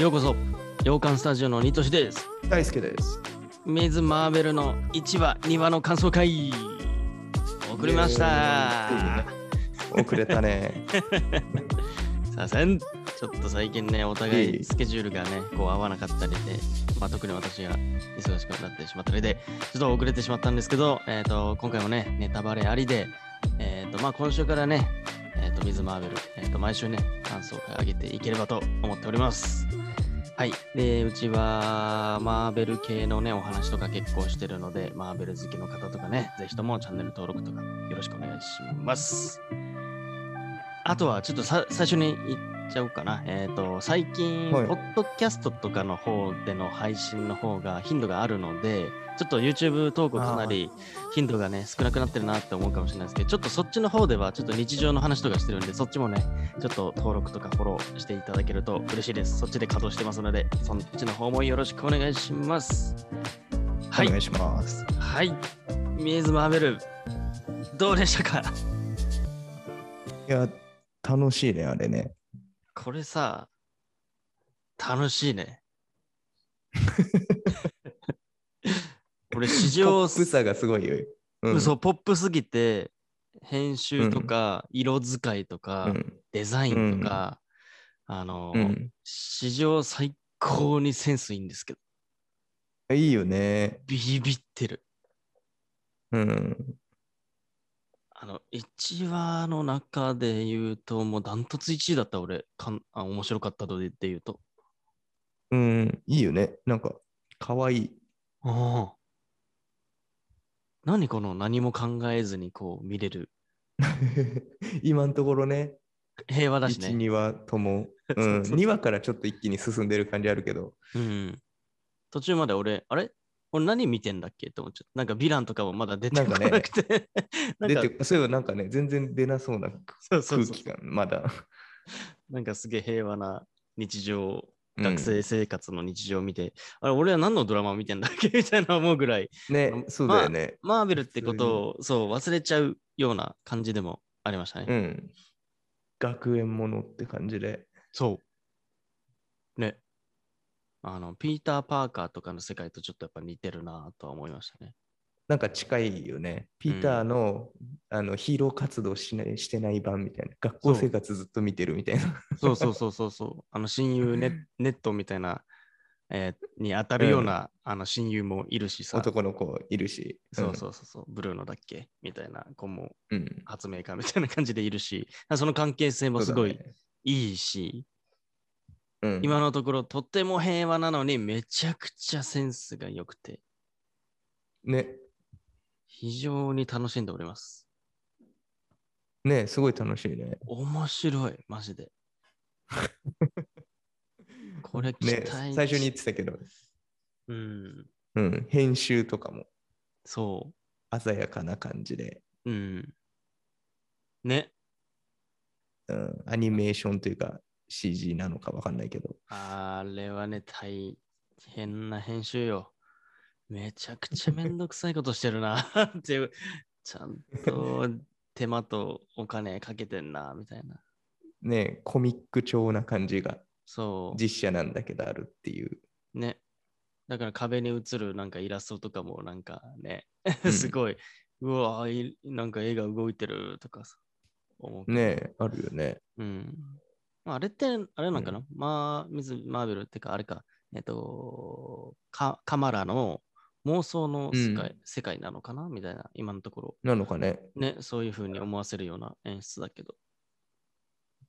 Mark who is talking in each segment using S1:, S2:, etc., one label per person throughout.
S1: ようこそ洋館スタジオのニトシです
S2: 大輔です。
S1: メズマーベルの1話2話の感想会送りました
S2: 遅れたね。
S1: さあせんちょっと最近ねお互いスケジュールがねこう合わなかったりで、まあ、特に私が忙しくなってしまったりでちょっと遅れてしまったんですけど、えー、と今回もねネタバレありで、えーとまあ、今週からねえっ、と、ミズ・マーベル、えっ、と、毎週ね、感想を上げていければと思っております。はい。で、うちは、マーベル系のね、お話とか結構してるので、マーベル好きの方とかね、ぜひともチャンネル登録とかよろしくお願いします。あとは、ちょっとさ最初に言っちゃおうかな。えっ、と、最近、
S2: はい
S1: ポッドキャストとかの方での配信の方が頻度があるので、ちょっと YouTube 投稿かなり頻度がね、少なくなってるなって思うかもしれないですけど、ちょっとそっちの方では、ちょっと日常の話とかしてるんで、そっちもね、ちょっと登録とかフォローしていただけると嬉しいです。そっちで稼働してますので、そっちの方もよろしくお願いします。 は
S2: お願
S1: い、
S2: いします。
S1: はい。ミエズ・マーベル、どうでしたか
S2: いや、楽しいね、あれね。
S1: これさ、楽しい ね。俺、史
S2: ポ
S1: 上
S2: ップさがすごいよ。うん
S1: そう、ポップすぎて、編集とか、色使いとか、
S2: うん。
S1: デザインとか、あの、
S2: うん。
S1: 史上最高にセンスいいんですけど、
S2: いいよね。
S1: ビビってる。
S2: うん。
S1: あの、1話の中で言うと、もうダントツ1位だった、俺。かんあ面白かったとでって言うと。
S2: うん。いいよね。なんか、かわい い。
S1: ああ。何この何も考えずにこう見れる。
S2: 今のところね、
S1: 平和だし
S2: 1、
S1: ね。
S2: 2話 とも、、
S1: そううんそう
S2: 2話からちょっと一気に進んでる感じあるけど、
S1: うん。途中まで俺、あれ俺何見てんだっけと思っちゃった。なんかヴィランとかもまだ出て
S2: なん
S1: こ
S2: かね
S1: なくて。 なん
S2: 出
S1: か、
S2: てそういえばなんかね、全然出なそうな
S1: そうそ
S2: 空
S1: うそ
S2: 気感、まだ。
S1: う。なんかすげえ平和な日常
S2: うん
S1: 学生生活の日常を見て、あれ、俺は何のドラマを見てんだっけ みたいな思うぐらい、
S2: ね、そうだよね。
S1: マーベルってことをそう忘れちゃうような感じでもありましたね。
S2: うん。学園ものって感じで。
S1: そう。ね。あの、ピーター・パーカーとかの世界とちょっとやっぱ似てるなとは思いましたね。
S2: なんか近いよね。ピーターの,、あのヒーロー活動しないしてない版みたいな。学校生活ずっと見てるみたいな。
S1: そうそうそうそうそう。 あの、親友ネ、ネットみたいな、えーに当たるような、あの親友もいるしさ。
S2: 男の子いるし。。
S1: そうそううそうそう、ブルーのだっけみたいな子も
S2: うん。
S1: 発明家みたいな感じでいるし、 その関係性もすご
S2: そ
S1: いう
S2: だね
S1: いいし、
S2: うん、
S1: 今のところとても平和なのにめちゃくちゃセンスが良くて
S2: ね、
S1: 非常に楽しんでおります。
S2: ね、すごい楽しいね。
S1: 面白い、マ ジで。これ期
S2: ね
S1: 待、
S2: 最初に言っ。てたけど、
S1: うん、
S2: うん、編集とかも
S1: そ
S2: 鮮やかな感じで、
S1: う。うん。ね。
S2: うん、アニメーションというか CG なのかわかんないけど、
S1: あれはね、大変な編集よ。めちゃくちゃめんどくさいことしてるな っていう、ちゃんと手間とお金かけてんな、みたいな。
S2: ね、コミック調な感じが
S1: そう。
S2: 実写なんだけどあるっていう。
S1: ね。だから壁に映るなんかイラストとかもなんかね、
S2: う ん
S1: すごい、うわいなんか絵が動いてるとかさ、思う。
S2: ね、あるよね。
S1: うん。まあ、あれって、あれなんかな、まあ、ミズ・マーベルってか、あれか、えっと、カカマラの妄想の世界,、
S2: う
S1: 世界なのかなみたいな、今のところ。
S2: なのかね。
S1: ね、そういうふうに思わせるような演出だけど。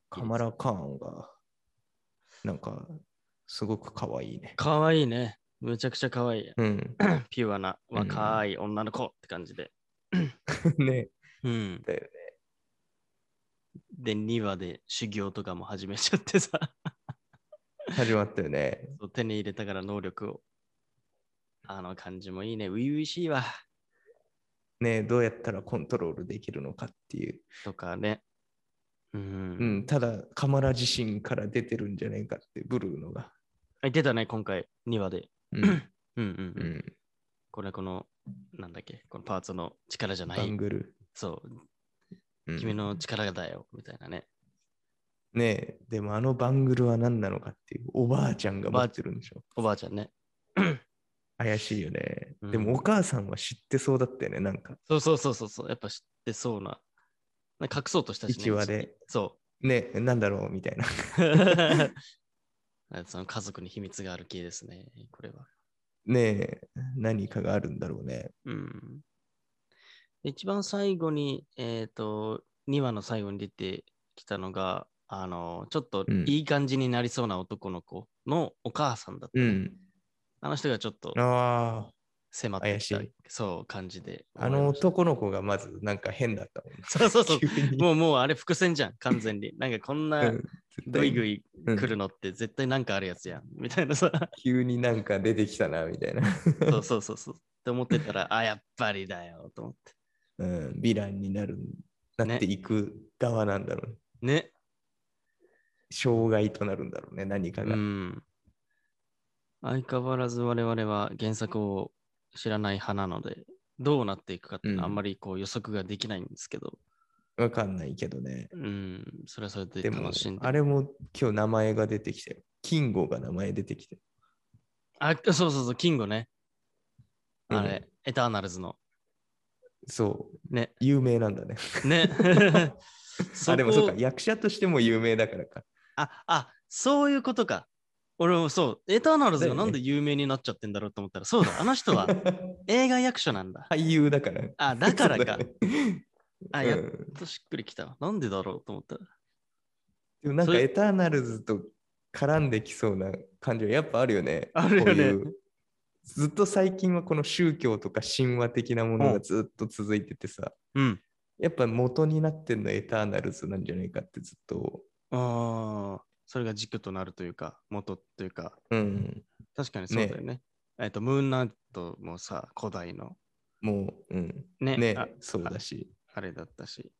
S2: カマラ・カーンが、なんか、すごく可愛いね。
S1: かわいいね。むちゃくちゃかわいい。
S2: うん。
S1: ピュアな
S2: うん
S1: 若い女の子って感じで。
S2: ね。
S1: うん。
S2: だよね。
S1: で、2話で修行とかも始めちゃってさ、
S2: 始まったよね。
S1: そう手に入れたから能力を。あの感じもいいね、初々しいわ。
S2: ねどうやったらコントロールできるのかっていう。
S1: とかね。うん。
S2: うん。ただ、カマラ自身から出てるんじゃないかって、ブルーのが。
S1: あ出たね、今回、2話で。
S2: うん。
S1: うんうん。
S2: う
S1: うん、
S2: ん、
S1: これはこの、なんだっけ、このパーツの力じゃな
S2: バン
S1: い。
S2: グル。
S1: そう、
S2: うん
S1: 君の力だよ、みたいなね。
S2: ねえ、でもあのバングルは何なのかっていう、おばあちゃんが持ってるんでしょ。
S1: おばあちゃんね。
S2: 怪しいよね。
S1: うん
S2: でもお母さんは知ってそうだったよね、なんか。
S1: そうそうそうそうそう、やっぱ知ってそうな。なんか隠そうとしたし、ね、
S2: 一話で。
S1: そ
S2: ねえ、なんだろうみたいな。
S1: う。あ その家族に秘密がある系ですね、これは。
S2: ねえ、何かがあるんだろうね。
S1: うん。一番最後に、えっ、と、2話の最後に出てきたのが、あの、ちょっと
S2: うん
S1: いい感じになりそうな男の子のお母さんだった。
S2: うん。
S1: あの人がちょっと
S2: あ
S1: 迫ってきた
S2: 怪しい
S1: そう感じで
S2: あ、
S1: 終
S2: あ
S1: わり
S2: の
S1: ました。
S2: 男の子がまずなんか変だったもん。
S1: そうそうそ う。
S2: 急に
S1: もうもうあれ伏線じゃん、完全 に。なんかこん
S2: う
S1: なん
S2: 絶対
S1: ぐいぐい
S2: うん
S1: 来るのって絶対なんかあるやつやん、みたいなさ。
S2: 急になんか出てきたな、みたいな。
S1: そうそうそうそう。って思ってたら、あ、やっぱりだよ、と思って。
S2: うん、ヴィランになる、なっていく側なんだろうね。
S1: ね。
S2: 障害となるんだろうね、何か
S1: う
S2: が。
S1: ん。相変わらず我々は原作を知らない派なので、どうなっていくかっていうのはあ
S2: うん
S1: んまりこう予測ができないんですけど、
S2: わかんないけどね。
S1: うん、それはそれで
S2: でも
S1: 楽しん、で。
S2: あれも今日名前が出てきて、キンゴが名前出てきて。
S1: あ、そうそうそう、キングね。あれ、
S2: うん
S1: エターナルズの。
S2: そ う、
S1: ね。
S2: 有名なんだね。
S1: ね。そ
S2: あ、でもそ
S1: こ
S2: うか、役者としても有名だからか。
S1: あ、あ、そういうことか。俺もそう、エターナルズ
S2: だ
S1: が
S2: よね
S1: なんで有名になっちゃってんだろうと思ったら、そうだ、あの人は映画役所なんだ。
S2: 俳優だから。
S1: あ、だから
S2: そう
S1: か。
S2: よね
S1: あ、や
S2: う
S1: っ
S2: ん
S1: としっくりきたわ。なんでだろうと思ったら。
S2: でもなん
S1: そ
S2: か
S1: れ
S2: エターナルズと絡んできそうな感じはやっぱあるよね。
S1: あるよね
S2: こういうずっと最近はこの宗教とか神話的なものがずっと続いててさ、
S1: うん。
S2: やっぱ元になってんのエターナルズなんじゃないかってずっと。
S1: ああ、それが軸となるというか、元というか、
S2: うん。
S1: 確かにそうだよね。えっと、ムーンナイトもさ、古代の
S2: もう、うん。
S1: ね
S2: ね
S1: あ、
S2: そうだし。
S1: あれだったし。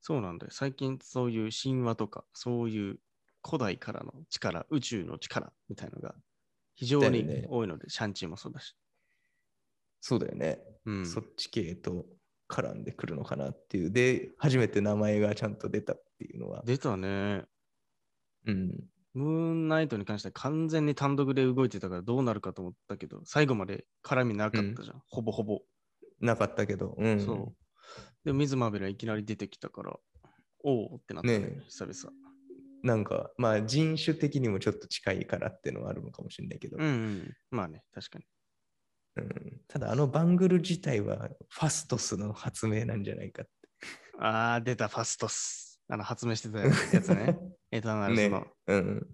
S1: そうなんだよ。最近そういう神話とか、そういう古代からの力、宇宙の力みたいのが非常に
S2: だよね
S1: 多いので、シャンチーもそうだし。
S2: そうだよね。
S1: うん。
S2: そっち系と絡んでくるのかなっていう。で、初めて名前がちゃんと出たっていうのは。
S1: 出たね。
S2: うん。
S1: ムーンナイトに関しては完全に単独で動いてたからどうなるかと思ったけど、最後まで絡みなかったじゃん。ほぼほぼ。
S2: なかったけど。うん。
S1: そう。で、水マーベルはいきなり出てきたから、おおってなったね、
S2: ねえ
S1: 久々。
S2: なんか、まあ人種的にもちょっと近いからっていうのはあるのかもしれないけど。
S1: うん、うん。まあね、確かに。
S2: うんただ、あのバングル自体はファストスの発明なんじゃないかっ
S1: ああ、出た、ファストス。あの、発明してたやつ
S2: て。
S1: ね。エターナルズの。
S2: ねうん。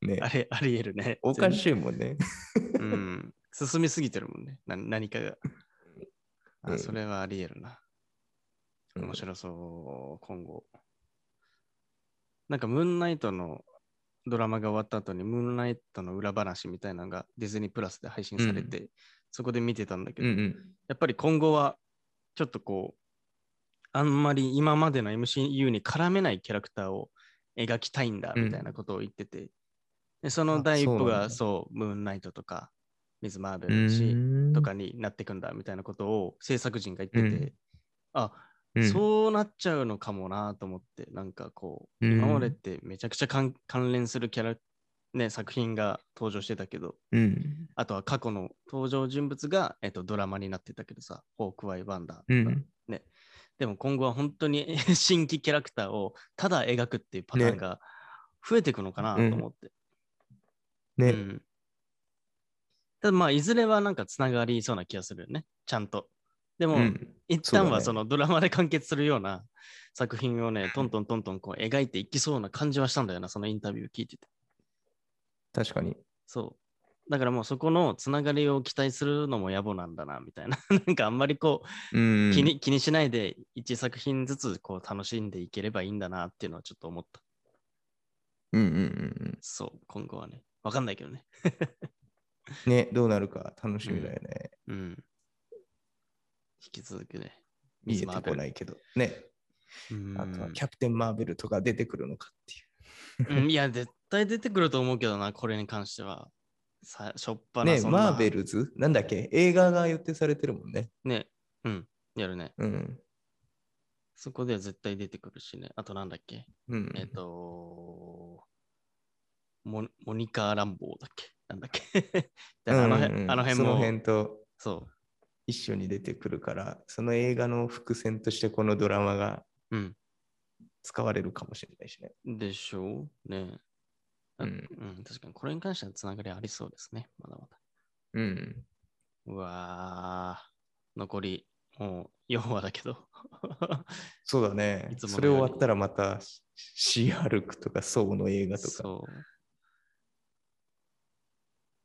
S2: ね
S1: あれ、あり得るね。
S2: おかしいもんね。
S1: 全然うん。進みすぎてるもんね。な何かが。
S2: う
S1: あ
S2: ん
S1: それはあり得るな。
S2: うん
S1: 面白そう、今後。なんか、ムーンナイトのドラマが終わった後に、ムーンナイトの裏話みたいなのがディズニープラスで配信されて、そこで見てたんだけ
S2: うん
S1: ど、
S2: うん。
S1: やっぱり今後は、ちょっとこう、あんまり今までの MCU に絡めないキャラクターを描きたいんだ
S2: うん
S1: みたいなことを言ってて、でその
S2: あ
S1: 第一歩が
S2: そ
S1: そうムーンナイトとか、ミズ・マーベルだし、
S2: と
S1: とかになっていくんだみたいなことを制作陣が言ってて、
S2: うん
S1: あ、そうなっちゃうのかもなと思って、なんかこう、
S2: うん
S1: 今までってめちゃくちゃ関関連するキャラ、ね、作品が登場してたけど、
S2: うん。
S1: あとは過去の登場人物が、えっと、ドラマになってたけどさ、ホークワイ・ワンダーとか、
S2: うん。
S1: でも今後は本当に 新規キャラクターをただ描くっていうパターン
S2: ね
S1: が増えていくのかなと思って。う
S2: ね。
S1: んただまあ、いずれはなんかつながりそうな気がするよね、ちゃんと。でも、
S2: うん
S1: 一
S2: そうだ
S1: 旦
S2: ね
S1: はそのドラマで完結するような作品をね、トントントントンこう描いていきそうな感じはしたんだよな、そのインタビュー聞いてて。
S2: 確かに。
S1: そう。だからもうそこのつながりを期待するのも野暮なんだな、みたいな。 なんかあんまりこう、
S2: 気
S1: 気に,、気にしないで、一作品ずつこう楽しんでいければいいんだなっていうのはちょっと思った。
S2: うんうんうん
S1: そう、今後はね。わかんないけどね。
S2: うん。ね、どうなるか楽しみだよね。
S1: うん。引き続きね。
S2: 見えてこないけど。ね。
S1: うん
S2: あとはキャプテン・マーベルとか出てくるのかっていう。
S1: うんいや、絶対出てくると思うけどな、これに関しては。さしょっぱな
S2: ね、
S1: そんな
S2: マーベルズなんだっけ映画が予定されてるもんね。
S1: ね。うん。やるね。
S2: うん。
S1: そこでは絶対出てくるしね。あとなんだっけ
S2: うん。
S1: えっ、とモ、モニカ・ランボーだっけなんだっけ だからあの辺、
S2: うんうん
S1: あの辺
S2: そ
S1: も
S2: の辺と
S1: そ
S2: 一緒に出てくるから、その映画の伏線としてこのドラマが
S1: う。うん。
S2: 使われるかもしれないしね。
S1: でしょうね。あ
S2: うん
S1: うん、確かにこれに関してはつながりありそうですね。まだまだ。
S2: うん。
S1: うわー、残りもう4話だけど。
S2: そうだね
S1: い。つもの
S2: それ終わったらまたシシーハルクとかソウの映画とか。
S1: そう。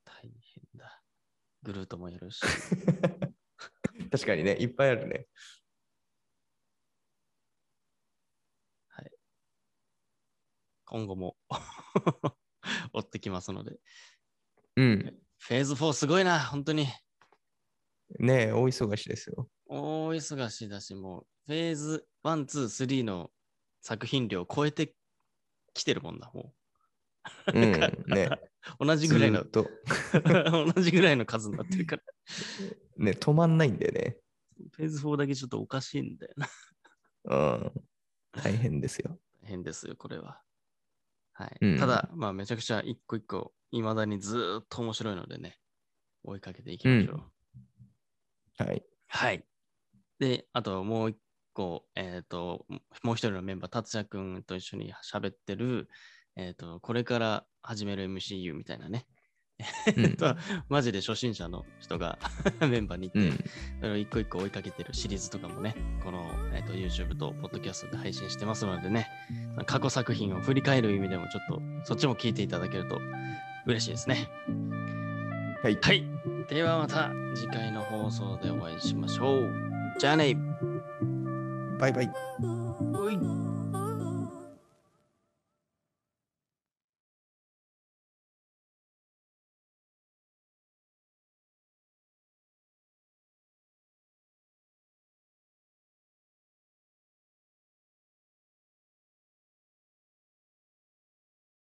S1: 大変だ。グルートもやるし。
S2: 確かにね、いっぱいあるね。
S1: 今後も 追ってきますので。
S2: うん。
S1: フェーズ4すごいな、本当に。
S2: ねえ、大忙しですよ。
S1: 大忙しだし、もうフェーズ1、2、3の作品量を超えてきてるもんだ、も
S2: うん。 ね。
S1: う。同じぐらい
S2: ず
S1: の
S2: ー、っと。
S1: 同じぐらいの数になってるから。
S2: ね、止まんないんだよね。
S1: フェーズ4だけちょっとおかしいんだよな。
S2: うん。大変ですよ。
S1: 変ですよ、これは。はい。
S2: うん
S1: ただ、まあ、めちゃくちゃ一個一個、いまだにずーっと面白いのでね、追いかけていきましょう。
S2: うんはい。
S1: はい。で、あともう一個、えっ、と、もう一人のメンバー、達也くんと一緒に喋ってる、えっ、と、これから始める MCU みたいなね。
S2: うん
S1: えっと、マジで初心者の人 がメンバーにいて、
S2: うん。
S1: それを一個一個追いかけてるシリーズとかもね、この、えー、と YouTube と Podcast で配信してますのでね、過去作品を振り返る意味でもちょっとそっちも聞いていただけると嬉しいですね。
S2: はい。
S1: はい。ではまた次回の放送でお会いしましょう。じゃあね
S2: バイバイ。
S1: ほい